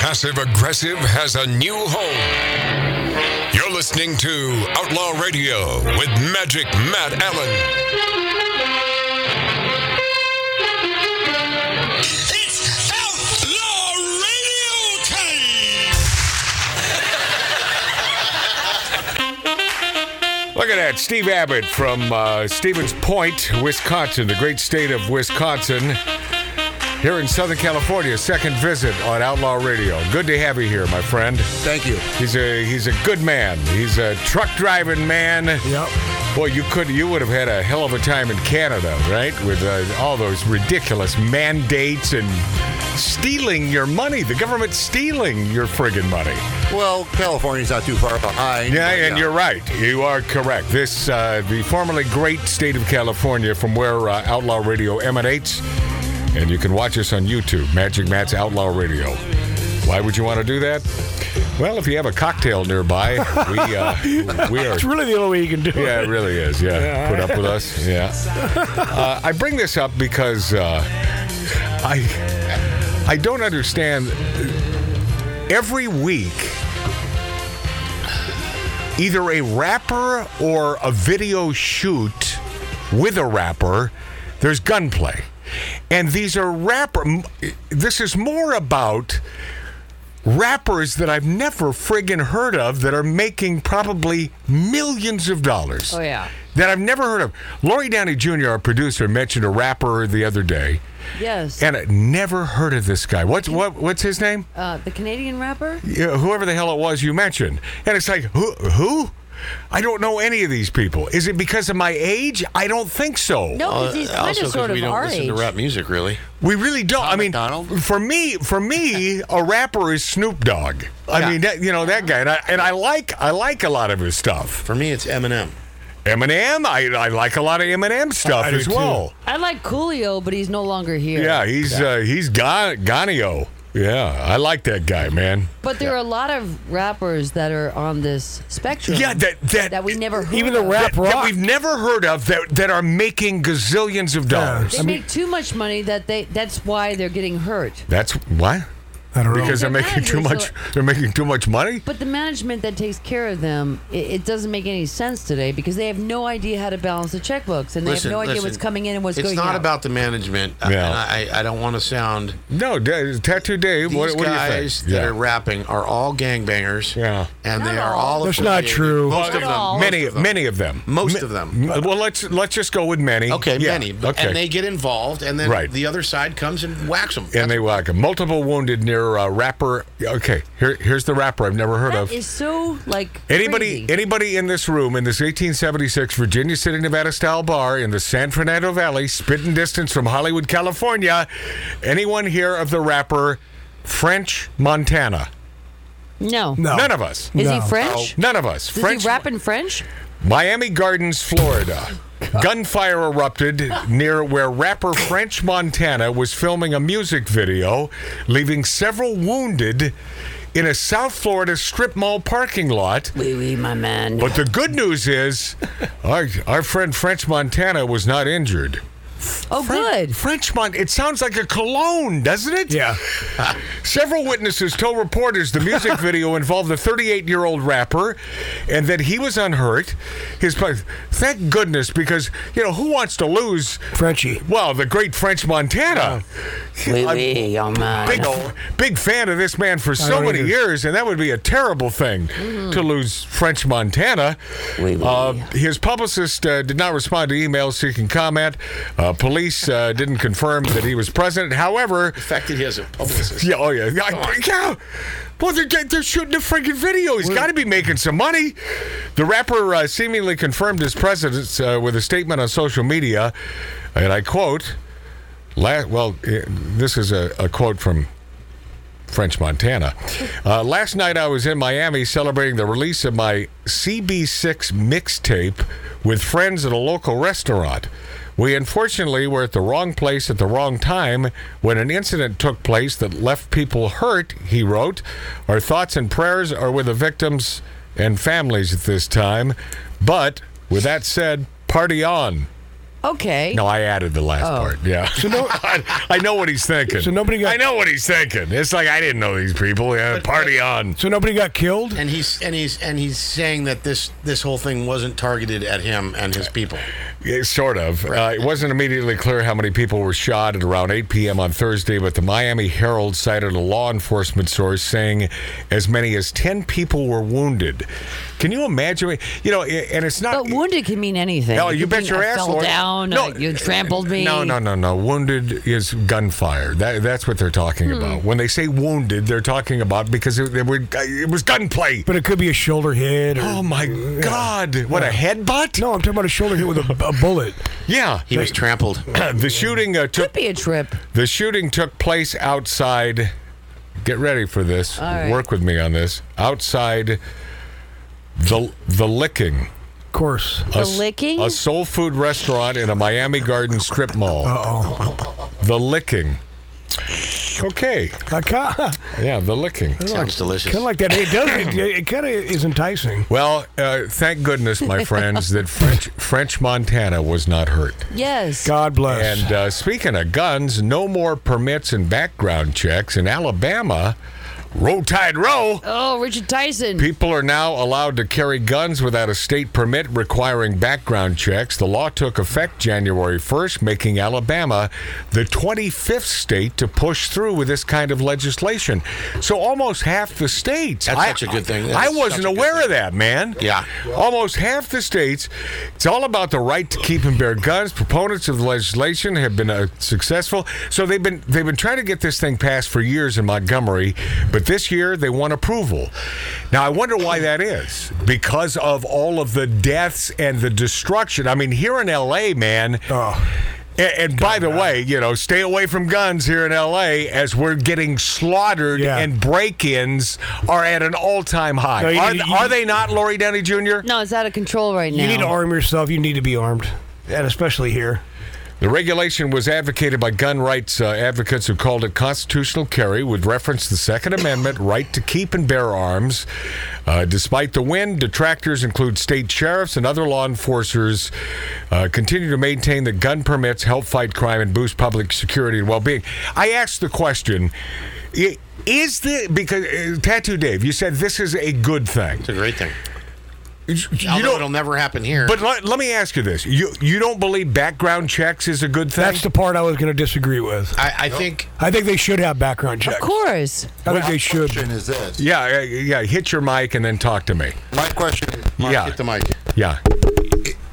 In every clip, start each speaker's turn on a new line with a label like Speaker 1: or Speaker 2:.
Speaker 1: Passive Aggressive has a new home. You're listening to Outlaw Radio with Magic Matt Allen.
Speaker 2: Look at that, Steve Abbott from uh, Stevens Point, Wisconsin, the great state of Wisconsin, here in Southern California. Second visit on Outlaw Radio. Good to have you here, my friend.
Speaker 3: Thank you.
Speaker 2: He's a he's a good man. He's a truck driving man.
Speaker 3: Yep.
Speaker 2: Boy, you could you would have had a hell of a time in Canada, right? With uh, all those ridiculous mandates and stealing your money. The government stealing your friggin' money.
Speaker 3: Well, California's not too far behind.
Speaker 2: Yeah,
Speaker 4: uh,
Speaker 2: and yeah. you're right. You are correct. This, uh, the formerly great state of California, from where uh, Outlaw Radio emanates, and you can watch us on YouTube, Magic Matt's Outlaw Radio. Why would you want to do that? Well, if you have a cocktail nearby, we, uh, we are.
Speaker 5: It's really the only way you can do
Speaker 2: yeah, it. Yeah, it really is. Yeah. yeah. Put up with us. Yeah. Uh, I bring this up because uh, I, I don't understand. Every week, either a rapper or a video shoot with a rapper, there's gunplay. And these are rapper this is more about rappers that I've never friggin' heard of that are making probably millions of dollars.
Speaker 6: Oh yeah.
Speaker 2: That I've never heard of. Lori Downey Jr., our producer, mentioned a rapper the other day.
Speaker 6: Yes.
Speaker 2: And I never heard of this guy. What's what, what's his name?
Speaker 6: Uh, the Canadian rapper.
Speaker 2: Yeah, whoever the hell it was you mentioned. And it's like who who? I don't know any of these people. Is it because of my age? I don't think so.
Speaker 6: No, uh, he's kind
Speaker 4: also
Speaker 6: of sort
Speaker 4: we
Speaker 6: of
Speaker 4: don't
Speaker 6: our
Speaker 4: listen
Speaker 6: age.
Speaker 4: to rap music, really.
Speaker 2: We really don't.
Speaker 4: Tom
Speaker 2: I mean,
Speaker 4: McDonald?
Speaker 2: for me, for me, a rapper is Snoop Dogg. I
Speaker 4: Yeah.
Speaker 2: mean, that, you know that guy, and I, and I like I like a lot of his stuff.
Speaker 4: For me, it's Eminem.
Speaker 2: Eminem, I, I like a lot of Eminem stuff
Speaker 5: I do
Speaker 2: as
Speaker 5: too.
Speaker 2: well.
Speaker 6: I like Coolio, but he's no longer here.
Speaker 2: Yeah, he's Uh, he's Ga- Ganio. Yeah, I like that guy, man.
Speaker 6: But there are a lot of rappers that are on this spectrum.
Speaker 2: Yeah, that that,
Speaker 6: that we never heard
Speaker 5: Mm. Even the
Speaker 6: of.
Speaker 5: rap
Speaker 2: that, that
Speaker 5: rock.
Speaker 2: we've never heard of that that are making gazillions of dollars.
Speaker 6: They make too much money that they. That's why they're getting hurt.
Speaker 2: That's why
Speaker 5: I don't know.
Speaker 2: because they're
Speaker 6: Their
Speaker 2: making too much.
Speaker 6: managers
Speaker 2: They're making too much money.
Speaker 6: But the management that takes care of them, it, it doesn't make any sense today because they have no idea how to balance the checkbooks and they
Speaker 4: Listen,
Speaker 6: have no idea
Speaker 4: listen,
Speaker 6: what's coming in and what's
Speaker 4: it's
Speaker 6: going
Speaker 4: not
Speaker 6: out.
Speaker 4: about the management. I-
Speaker 2: Yeah.
Speaker 4: and I, I don't want to sound.
Speaker 2: No, Da- Tattoo Dave.
Speaker 4: These
Speaker 2: what, what do you
Speaker 4: guys
Speaker 2: think?
Speaker 4: that
Speaker 2: Yeah.
Speaker 4: are rapping are all gangbangers.
Speaker 2: Yeah.
Speaker 4: And they
Speaker 6: Not
Speaker 4: are
Speaker 6: all.
Speaker 4: all.
Speaker 5: That's not
Speaker 4: affiliated-
Speaker 5: true.
Speaker 4: Most
Speaker 6: Not
Speaker 4: of
Speaker 6: all.
Speaker 4: them.
Speaker 2: many,
Speaker 4: most of them.
Speaker 2: many of them.
Speaker 4: Most
Speaker 2: Ma-
Speaker 4: of them.
Speaker 2: m- Well, let's let's just go with many.
Speaker 4: Okay,
Speaker 2: Yeah,
Speaker 4: many.
Speaker 2: Okay.
Speaker 4: And they get involved, and then
Speaker 2: Right.
Speaker 4: the other side comes and whacks them.
Speaker 2: and they like multiple wounded near uh, rapper. Okay, here here's the rapper I've never heard
Speaker 6: That
Speaker 2: of.
Speaker 6: is so like
Speaker 2: Anybody,
Speaker 6: crazy.
Speaker 2: anybody in this room in this 1876 Virginia City, Nevada style bar in the San Fernando Valley, spitting distance from Hollywood, California, anyone here of the rapper French Montana?
Speaker 6: no.
Speaker 5: No.
Speaker 2: None of us.
Speaker 6: Is he
Speaker 5: No.
Speaker 6: French?
Speaker 2: None of us.
Speaker 6: Does he rap in French?
Speaker 2: Miami Gardens, Florida. Gunfire erupted near where rapper French Montana was filming a music video, leaving several wounded in a South Florida strip mall parking lot.
Speaker 6: Oui, oui, my man.
Speaker 2: But the good news is, our, our friend French Montana was not injured.
Speaker 6: oh, good.
Speaker 2: French Mont, it sounds like a cologne, doesn't it?
Speaker 5: Yeah.
Speaker 2: Several witnesses told reporters the music video involved the 38 year old rapper and that he was unhurt. His pa- Thank goodness, because, you know, who wants to lose,
Speaker 5: Frenchie.
Speaker 2: well, the great French Montana?
Speaker 6: Oui,
Speaker 2: I'm-
Speaker 6: oui, your man.
Speaker 2: Big, big fan of this man for so
Speaker 5: don't
Speaker 2: many
Speaker 5: either.
Speaker 2: years, and that would be a terrible thing to lose French Montana. Uh, his publicist uh, did not respond to emails seeking comment. Uh, police uh, didn't confirm that he was present. However,
Speaker 4: affected his publicist.
Speaker 2: yeah, oh yeah, yeah, I- yeah. Well, they're, get- they're shooting a freaking video. He's got to be making some money. The rapper uh, seemingly confirmed his presence uh, with a statement on social media, and I quote, la- well, eh, this is a, a quote from French Montana. Uh, last night I was in Miami celebrating the release of my CB6 mixtape with friends at a local restaurant. We unfortunately were at the wrong place at the wrong time when an incident took place that left people hurt, he wrote. Our thoughts and prayers are with the victims and families at this time. But with that said, party on.
Speaker 6: Okay.
Speaker 2: No, I added the last
Speaker 6: Oh.
Speaker 2: part. Yeah. So no, I, I know what he's thinking.
Speaker 5: So nobody got-
Speaker 2: I know what he's thinking. It's like I didn't know these people. Yeah, party on.
Speaker 5: So nobody got killed?
Speaker 4: And he's and he's and he's saying that this this whole thing wasn't targeted at him and his people.
Speaker 2: Yeah, sort of. Uh, it wasn't immediately clear how many people were shot at around 8 p.m. on Thursday, but the Miami Herald cited a law enforcement source saying as many as 10 people were wounded. Can you imagine? You know, and it's not.
Speaker 6: But wounded can mean anything.
Speaker 2: Hell,
Speaker 6: It
Speaker 2: you
Speaker 6: could
Speaker 2: bet
Speaker 6: mean
Speaker 2: your
Speaker 6: I
Speaker 2: ass,
Speaker 6: fell
Speaker 2: Lord.
Speaker 6: down.
Speaker 2: No,
Speaker 6: No, you trampled me.
Speaker 2: No, no, no, no. Wounded is gunfire. That, that's what they're talking
Speaker 6: Hmm.
Speaker 2: about. When they say wounded, they're talking about because it, it, would- it was gunplay.
Speaker 5: But it could be a shoulder hit. Or,
Speaker 2: oh my God! What a headbutt!
Speaker 5: No, I'm talking about a shoulder hit with a, a bullet.
Speaker 2: Yeah,
Speaker 4: He was trampled.
Speaker 2: the shooting uh, took
Speaker 6: Could be a trip.
Speaker 2: the shooting took place outside. Get ready for this.
Speaker 6: right.
Speaker 2: Work with me on this. Outside the the licking.
Speaker 5: Of course.
Speaker 6: The
Speaker 2: a s-
Speaker 6: licking?
Speaker 2: A soul food restaurant in a Miami Garden strip mall. The licking. Okay.
Speaker 5: I kind
Speaker 2: Yeah, the licking.
Speaker 4: Sounds delicious.
Speaker 5: of like that. It does. It, it kind of is enticing.
Speaker 2: Well, uh, thank goodness, my friends, that French French Montana was not hurt.
Speaker 6: Yes.
Speaker 5: God bless.
Speaker 2: And uh, speaking of guns, no more permits and background checks in Alabama. Roll Tide Row.
Speaker 6: Oh, Richard Tyson.
Speaker 2: People are now allowed to carry guns without a state permit requiring background checks. The law took effect January 1st, making Alabama the 25th state to push through with this kind of legislation. So almost half the states.
Speaker 4: That's
Speaker 2: I-
Speaker 4: such a good thing. That's
Speaker 2: I
Speaker 4: such
Speaker 2: wasn't
Speaker 4: a good
Speaker 2: aware
Speaker 4: thing.
Speaker 2: of that, man.
Speaker 4: Yeah.
Speaker 2: Almost half the states. It's all about the right to keep and bear guns. Proponents of the legislation have been uh, successful, so they've been they've been trying to get this thing passed for years in Montgomery, but this year they won approval. Now I wonder why that is. Because of all of the deaths and the destruction. I mean, here in L.A., man.
Speaker 5: Oh.
Speaker 2: And, and by the way, you know, stay away from guns here in LA as we're getting slaughtered
Speaker 5: Yeah.
Speaker 2: and break ins are at an all time high.
Speaker 5: No, you-
Speaker 2: are,
Speaker 5: you-
Speaker 2: are they not, Lori Downey Jr.?
Speaker 6: No, it's out of control right now.
Speaker 5: You need to arm yourself. You need to be armed, and especially here.
Speaker 2: The regulation was advocated by gun rights uh, advocates who called it constitutional carry with reference to the Second Amendment right to keep and bear arms. Uh, despite the win, detractors include state sheriffs and other law enforcers uh, continue to maintain that gun permits help fight crime and boost public security and well-being. I asked the question. i- Is the because uh, Tattoo Dave, you said this is a good thing.
Speaker 4: It's a great thing.
Speaker 2: You
Speaker 4: Although
Speaker 2: don't-
Speaker 4: it'll never happen here.
Speaker 2: but let, let me ask you this: you you don't believe background checks is a good thing?
Speaker 5: That's the part I was going to disagree with.
Speaker 4: I, I think
Speaker 5: I think they should have background checks.
Speaker 6: Of course.
Speaker 5: I think they should.
Speaker 3: Question is this?
Speaker 2: Yeah, uh, yeah. Hit your mic and then talk to me.
Speaker 3: My question.
Speaker 4: Mark,
Speaker 2: yeah.
Speaker 4: get the mic.
Speaker 2: Yeah.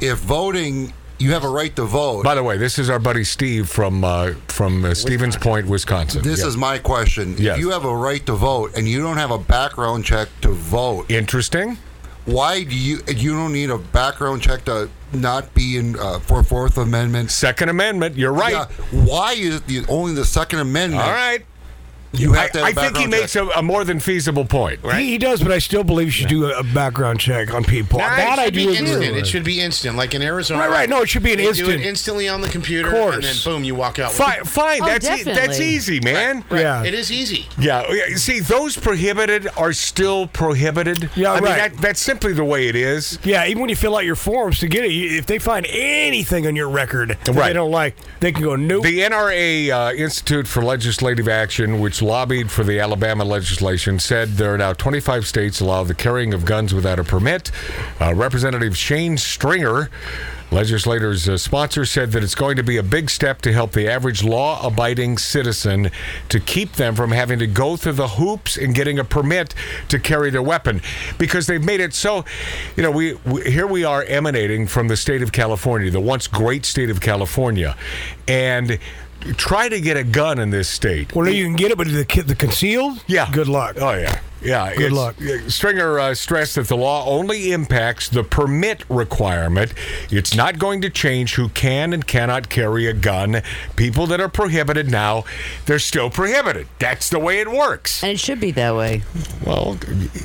Speaker 3: If voting, you have a right to vote.
Speaker 2: By the way, this is our buddy Steve from uh, from uh, Stevens Point, Wisconsin.
Speaker 3: This
Speaker 2: Yeah.
Speaker 3: is my question.
Speaker 2: Yes.
Speaker 3: If you have a right to vote and you don't have a background check to vote,
Speaker 2: interesting.
Speaker 3: why do you you don't need a background check to not be in uh, for Fourth Amendment?
Speaker 2: Second Amendment. You're right.
Speaker 3: Yeah, why is it the, only the Second Amendment?
Speaker 2: All right.
Speaker 3: You have to
Speaker 2: I, I
Speaker 3: have a
Speaker 2: think he
Speaker 3: background
Speaker 2: makes
Speaker 3: check.
Speaker 2: a, a more than feasible point.
Speaker 5: He, he does, but I still believe you should do a a background check on people.
Speaker 2: Nah,
Speaker 5: that
Speaker 2: it
Speaker 5: I
Speaker 4: should
Speaker 5: do
Speaker 4: be
Speaker 5: agree
Speaker 4: instant.
Speaker 5: with.
Speaker 4: It should be instant, like in Arizona.
Speaker 5: Right, right. No, it should be an
Speaker 4: they Do
Speaker 5: instant.
Speaker 4: it instantly on the computer, and then
Speaker 5: Course.
Speaker 4: boom, you walk out. with
Speaker 2: Fine.
Speaker 4: it.
Speaker 2: Fine.
Speaker 6: Oh,
Speaker 2: that's e- that's
Speaker 6: definitely.
Speaker 2: easy, man.
Speaker 5: Right. Yeah.
Speaker 4: It is easy.
Speaker 2: Yeah. yeah, See, those prohibited are still prohibited.
Speaker 5: Yeah,
Speaker 2: I mean,
Speaker 5: right.
Speaker 2: that, that's simply the way it is.
Speaker 5: Yeah, even when you fill out your forms to get it, you- if they find anything on your record that
Speaker 2: Right.
Speaker 5: they don't like, they can go nope.
Speaker 2: The NRA uh, Institute for Legislative Action, which lobbied for the Alabama legislation, said there are now 25 states allow the carrying of guns without a permit. Uh, Representative Shane Stringer, legislator's uh, sponsor, said that it's going to be a big step to help the average law-abiding citizen to keep them from having to go through the hoops and getting a permit to carry their weapon because they've made it so. You know, we, we here we are emanating from the state of California, the once great state of California, and try to get a gun in this state.
Speaker 5: well, no, you can get it, but the, ki- the concealed,
Speaker 2: Yeah.
Speaker 5: good luck.
Speaker 2: Oh yeah. Yeah, it's-
Speaker 5: luck.
Speaker 2: Stringer uh, stressed that the law only impacts the permit requirement. It's not going to change who can and cannot carry a gun. People that are prohibited now, they're still prohibited. That's the way it works.
Speaker 6: And it should be that way.
Speaker 2: Well,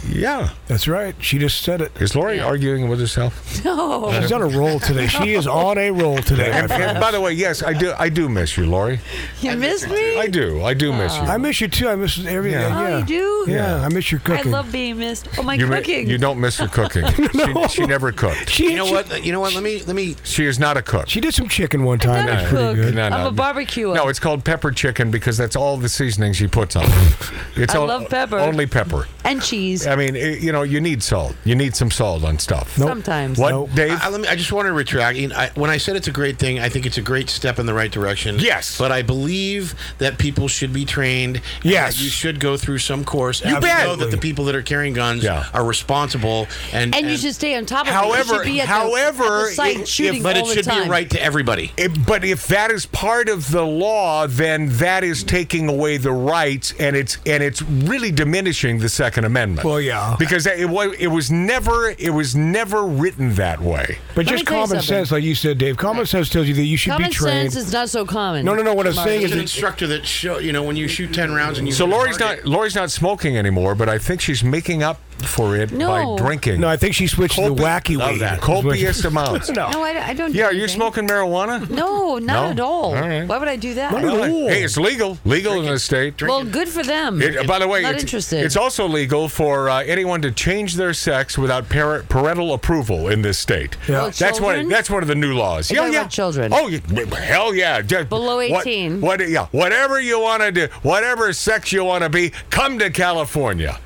Speaker 2: yeah.
Speaker 5: That's right. She just said it.
Speaker 2: Is Lori arguing with herself?
Speaker 6: No.
Speaker 5: She's on a roll today. She is on a roll today. my
Speaker 2: And, and
Speaker 5: friend.
Speaker 2: by the way, yes, I do. I do miss you, Lori.
Speaker 6: You missed me?
Speaker 2: I do. I do miss you. Oh.
Speaker 5: I miss you too. I miss everything.
Speaker 2: Yeah.
Speaker 5: Yeah.
Speaker 6: Oh, you do?
Speaker 5: Yeah, I miss miss your
Speaker 6: I
Speaker 5: cooking.
Speaker 6: love being missed. Oh, my
Speaker 2: You, ma-
Speaker 6: cooking.
Speaker 2: you don't miss her cooking. she, she never cooked.
Speaker 5: She,
Speaker 4: You know
Speaker 5: she-
Speaker 4: what? You know what? Let me let me.
Speaker 2: She is not a cook.
Speaker 5: She did some chicken one
Speaker 6: not
Speaker 5: time. That's
Speaker 6: a
Speaker 5: pretty
Speaker 6: cook.
Speaker 5: good.
Speaker 6: I'm a barbecuer.
Speaker 2: No, it's called pepper chicken because that's all the seasoning she puts on. it. It's
Speaker 6: I
Speaker 2: all-
Speaker 6: love pepper.
Speaker 2: Only pepper.
Speaker 6: and cheese.
Speaker 2: I mean, it, you know, you need salt. You need some salt on stuff.
Speaker 5: Nope.
Speaker 6: Sometimes.
Speaker 2: What,
Speaker 5: Nope.
Speaker 2: Dave?
Speaker 4: I, I- let me. I just want to retract. You know, I, when I said it's a great thing, I think it's a great step in the right direction.
Speaker 2: Yes.
Speaker 4: but I believe that people should be trained. and that
Speaker 5: Yes.
Speaker 4: you should go through some course.
Speaker 5: You
Speaker 4: and we
Speaker 5: bet.
Speaker 4: Know that the people that are carrying guns
Speaker 2: Yeah.
Speaker 4: are responsible, and
Speaker 6: and you should stay on top of it. You
Speaker 2: However-
Speaker 6: should be at the-
Speaker 2: however,
Speaker 6: at the site
Speaker 2: if-
Speaker 6: shooting
Speaker 4: But
Speaker 6: all
Speaker 4: it
Speaker 6: the
Speaker 4: should be
Speaker 6: time.
Speaker 4: a right to everybody.
Speaker 2: It- but if that is part of the law, then that is taking away the rights, and it's and it's really diminishing the Second Amendment.
Speaker 5: Well, yeah.
Speaker 2: because it was it was never it was never written that way.
Speaker 5: But
Speaker 6: Let me
Speaker 5: just
Speaker 6: tell you
Speaker 5: common
Speaker 6: something.
Speaker 5: sense, like you said, Dave. Common sense tells you that you should
Speaker 6: Common
Speaker 5: be trained.
Speaker 6: sense is not so common.
Speaker 5: no, no, no. What I'm
Speaker 6: Marty.
Speaker 5: saying
Speaker 4: There's
Speaker 5: is,
Speaker 4: an
Speaker 5: that
Speaker 4: instructor that show you know when you shoot ten rounds and you.
Speaker 2: So
Speaker 4: hit a
Speaker 2: Lori's
Speaker 4: target-
Speaker 2: not Lori's not smoking anymore, but I think she's making up for it
Speaker 6: No.
Speaker 2: by drinking.
Speaker 5: no, I think she switched to the wacky
Speaker 2: Love
Speaker 5: weed.
Speaker 2: that. copious amounts.
Speaker 5: no.
Speaker 6: No, I, I don't. do
Speaker 2: Yeah, you're
Speaker 6: anything.
Speaker 2: smoking marijuana.
Speaker 6: No, not
Speaker 2: No?
Speaker 6: at all.
Speaker 2: All right.
Speaker 6: Why would I do that?
Speaker 2: Really? Hey, it's legal. Legal in the state.
Speaker 6: Well, good for them.
Speaker 2: It, uh, by the way,
Speaker 6: Not
Speaker 2: it's,
Speaker 6: interested.
Speaker 2: it's also legal for uh, anyone to change their sex without parent, parental approval in this state.
Speaker 5: Yeah. Oh,
Speaker 2: That's one.
Speaker 6: children?
Speaker 2: That's one of the new laws. yeah,
Speaker 6: You're talking
Speaker 2: yeah.
Speaker 6: about children.
Speaker 2: Oh, you, hell yeah. Just
Speaker 6: Below
Speaker 2: what-
Speaker 6: 18.
Speaker 2: What, Yeah. Whatever you want to do, whatever sex you want to be, come to California.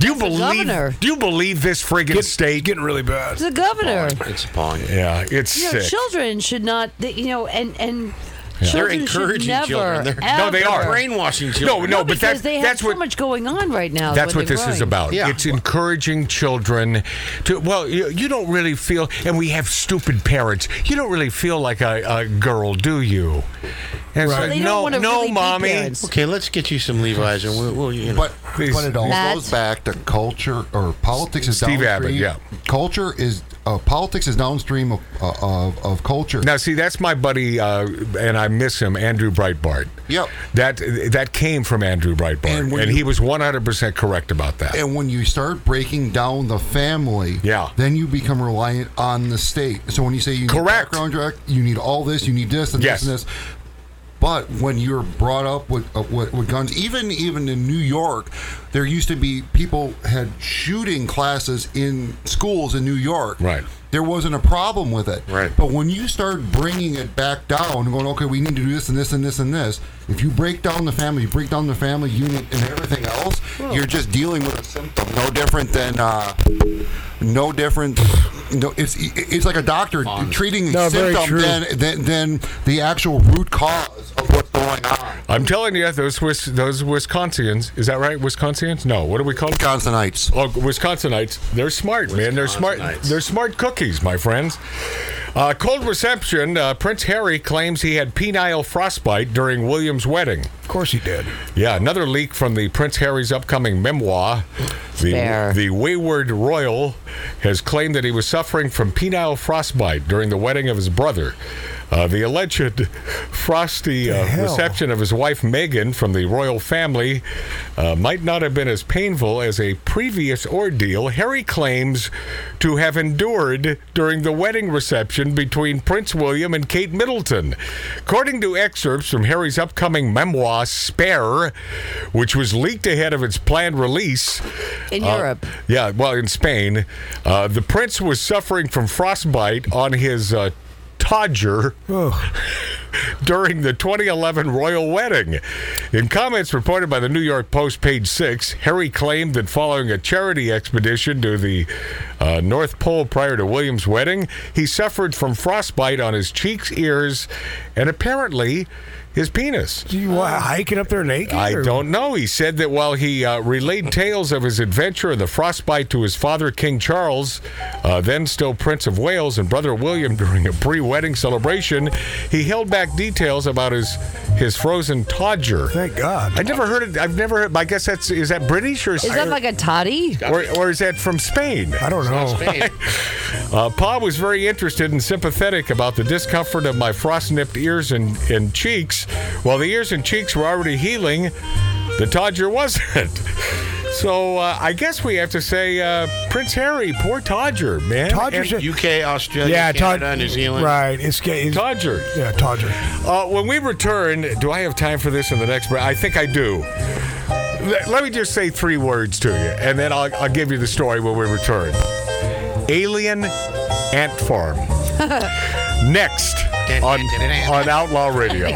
Speaker 2: Do you
Speaker 6: That's the
Speaker 2: believe?
Speaker 6: governor.
Speaker 2: Do you believe this friggin' state?
Speaker 5: getting really bad.
Speaker 6: It's the governor.
Speaker 4: It's appalling.
Speaker 2: yeah, it's
Speaker 6: You know,
Speaker 2: sick.
Speaker 6: children should not. they- You know, and and
Speaker 4: They're
Speaker 6: children should
Speaker 4: encouraging
Speaker 6: never,
Speaker 4: children. They're,
Speaker 6: ever,
Speaker 2: No, they are.
Speaker 4: brainwashing
Speaker 2: No,
Speaker 4: children.
Speaker 2: no, but
Speaker 6: because
Speaker 2: that's
Speaker 6: they have
Speaker 2: that's
Speaker 6: so
Speaker 2: what
Speaker 6: much going on right now. is
Speaker 2: That's
Speaker 6: when
Speaker 2: what
Speaker 6: they're
Speaker 2: this is
Speaker 6: growing.
Speaker 2: about.
Speaker 4: Yeah.
Speaker 2: It's encouraging children to, well, you, you don't really feel, and we have stupid parents, you don't really feel like a, a girl, do you? And it's
Speaker 6: Well,
Speaker 2: like,
Speaker 6: they don't
Speaker 2: Uh, no,
Speaker 6: wanna
Speaker 2: no,
Speaker 6: really be
Speaker 2: mommy.
Speaker 6: parents.
Speaker 4: Okay, let's get you some Levi's and we'll, we'll you know.
Speaker 3: But
Speaker 2: Please.
Speaker 3: but it all
Speaker 6: Matt?
Speaker 3: goes back to culture or politics is
Speaker 2: Steve Abbott,
Speaker 3: downstream.
Speaker 2: yeah.
Speaker 3: Culture is uh, politics is downstream of uh, of, of culture.
Speaker 2: Now, see, that's my buddy, uh, and I miss him, Andrew Breitbart.
Speaker 3: Yep.
Speaker 2: That that came from Andrew Breitbart,
Speaker 3: And
Speaker 2: and,
Speaker 3: when you-
Speaker 2: he was 100% correct about that.
Speaker 3: And when you start breaking down the family,
Speaker 2: Yeah.
Speaker 3: then you become reliant on the state. So when you say you need
Speaker 2: Correct.
Speaker 3: background check, you need all this, you need this and
Speaker 2: Yes.
Speaker 3: this and this. But when you're brought up with, uh, with with guns, even even in New York, there used to be people had shooting classes in schools in New York.
Speaker 2: Right.
Speaker 3: There wasn't a problem with it.
Speaker 4: Right.
Speaker 3: But when you start bringing it back down and going, okay, we need to do this and this and this and this, if you break down the family, you break down the family unit and everything else, you're just dealing with a symptom. No different than, uh, no different. No, it's it's like a doctor treating a
Speaker 5: No, very
Speaker 3: symptom
Speaker 5: true.
Speaker 3: than, than than the actual root cause of what's going on.
Speaker 2: I'm telling you, those Wis- those Wisconsinians, is that right? Wisconsinians? No, what do we call them?
Speaker 3: Wisconsinites.
Speaker 2: Oh, Wisconsinites, they're smart, man. They're smart.
Speaker 4: Wisconsinites.
Speaker 2: They're smart cookies, my friends. Uh, cold reception. Uh, Prince Harry claims he had penile frostbite during William's wedding.
Speaker 5: Of course he did.
Speaker 2: Yeah, another leak from the Prince Harry's upcoming memoir. The,
Speaker 6: Fair.
Speaker 2: the Wayward Royal has claimed that he was suffering from penile frostbite during the wedding of his brother. Uh, the alleged frosty uh,
Speaker 5: hell?
Speaker 2: reception of his wife Meghan from the royal family uh, might not have been as painful as a previous ordeal Harry claims to have endured during the wedding reception between Prince William and Kate Middleton. According to excerpts from Harry's upcoming memoir, Spare, which was leaked ahead of its planned release,
Speaker 6: in
Speaker 2: uh,
Speaker 6: Europe.
Speaker 2: Yeah, well, in Spain, uh, the prince was suffering from frostbite on his uh, todger during the 2011 royal wedding. In comments reported by the New York Post, page six, Harry claimed that following a charity expedition to the uh, North Pole prior to William's wedding, he suffered from frostbite on his cheeks, ears, and apparently his penis.
Speaker 5: Do you want hiking up there naked?
Speaker 2: I
Speaker 5: or-
Speaker 2: don't know. He said that while he uh, relayed tales of his adventure and the frostbite to his father, King Charles, uh, then still Prince of Wales, and brother William during a pre wedding celebration, he held back details about his his frozen todger.
Speaker 5: Thank God.
Speaker 2: I never heard it. I've never heard. I guess that's is that British or
Speaker 6: Is that like a toddy?
Speaker 2: or, or is that from Spain?
Speaker 5: I don't know.
Speaker 2: Uh, Pa was very interested and sympathetic about the discomfort of my frost nipped ears and, and cheeks. While the ears and cheeks were already healing, the Todger wasn't. So uh, I guess we have to say uh, Prince Harry, poor Todger, man.
Speaker 5: Todger's
Speaker 2: And-
Speaker 5: a-
Speaker 4: UK, Australia,
Speaker 5: yeah, Tod-
Speaker 4: Canada, New Zealand.
Speaker 5: Right. It's, gay. it's
Speaker 2: Todger.
Speaker 5: yeah, Todger.
Speaker 2: Uh, when we return, do I have time for this in the next break? I think I do. Let, let me just say three words to you, and then I'll, I'll give you the story when we return. Alien Ant Farm. Next on, on Outlaw Radio.